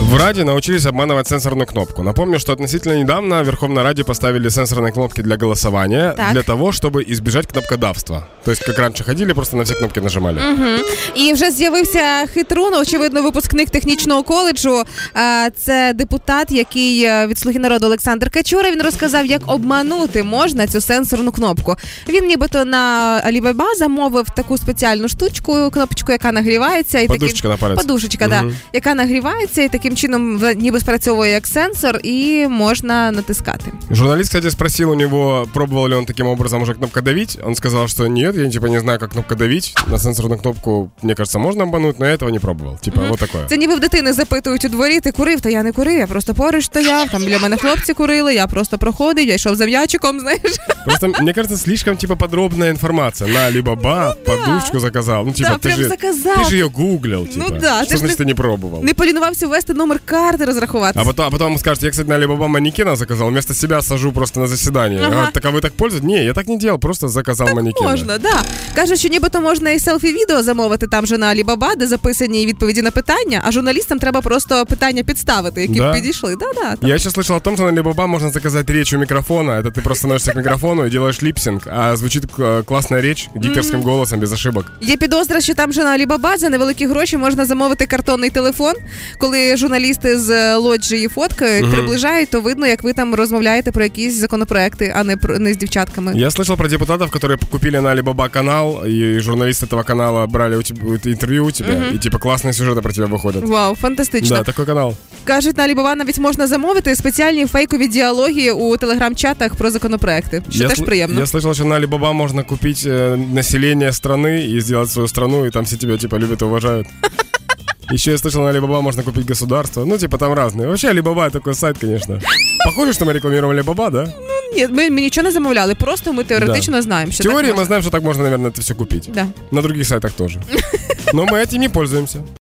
В Раде научились обманывать сенсорную кнопку. Напомню, что относительно недавно в Верховной Раде поставили сенсорные кнопки для голосования Так. для того, чтобы избежать кнопкодавства. То есть, как раньше ходили, просто на все кнопки нажимали. І вже з'явився хитрун, очевидно, випускник технічного коледжу. Е, Це депутат, який е, від слуги народу Олександр Качура. Він розказав, як обманути можна цю сенсорну кнопку. Він нібито на Alibaba замовив таку спеціальну штучку, кнопочку, яка нагрівається, і Подушечка на палець. подушечка, да, Мгм. яка нагрівається, і таким чином в- ніби спрацьовує як сенсор, і можна натискати. Журналист, кстати, спросил у него, пробовал ли он таким образом уже кнопка давить. Он сказал, что нет, я типа не знаю, как кнопка давить. На сенсорную кнопку, мне кажется, можно обмануть, но я этого не пробовал. Типа вот такое. Це ніби в дитини запитують у дворі, ти курив, та я не курив, я просто поруч стояв, там біля мене хлопці курили, я просто проходив, я йшов за м'ячиком, знаєш. Просто, мне кажется, слишком типа подробная информация. На, либо ба, подушку заказал. Ну, типа, Ну Да, ты прям же, заказал. Ну ты же ее гуглил, типа. да, ты Что ж значит, ты- ты не пробовал? Не полінувався ввести номер карти, розрахуватися. А потом, а потом он скажет, я, кстати, на Alibaba манекена заказал, вместо себя сажу просто на заседание. Ага. А, так, а вы так пользуетесь? Не, я так не делал, просто заказал манекена. Можна, да. Каже, що нібито можна і селфі-відео замовити там же на Alibaba, де записані відповіді на питання, а журналістам треба просто питання підставити, які Да? б підійшли. Да, да. Я еще слышал о том, что на Alibaba можно заказать речь у микрофона. Это ты просто становишься к микрофону и делаешь липсинг, а звучит э, классная речь гиперским голосом, без ошибок. Є підозра, що там же на Alibaba за невеликі гроші можна замовити картонний телефон. Коли журналісти з е, лоджії фоткають, приближають, то видно, як ви там розмовляєте про якісь законопроекти, а не про не з дівчатками. Я слышал про депутатов, которые купили на Alibaba канал, и журналисты этого канала брали у тебя, интервью у тебя, и типа классные сюжеты про тебя выходят. Вау, фантастично. Да, такой канал. Кажуть, на Alibaba навіть можна замовити спеціальні фейкові діалоги у телеграм-чатах про законопроекти, що теж сл- приємно. Я слышал, что на Alibaba можно купить э, население страны и сделать свою страну, и там все тебя типа любят и уважают. Еще я слышал, на Alibaba можно купить государство. Ну, типа там разные. Вообще, Alibaba такой сайт, конечно. Похоже, что мы рекламировали Alibaba, да? Ні, ми, ми нічого не замовляли, просто ми теоретично знаємо, В що теории так мы знаем, что так можно, наверное, это все купить. можна. Да. На других сайтах тоже. Но мы этим не пользуемся.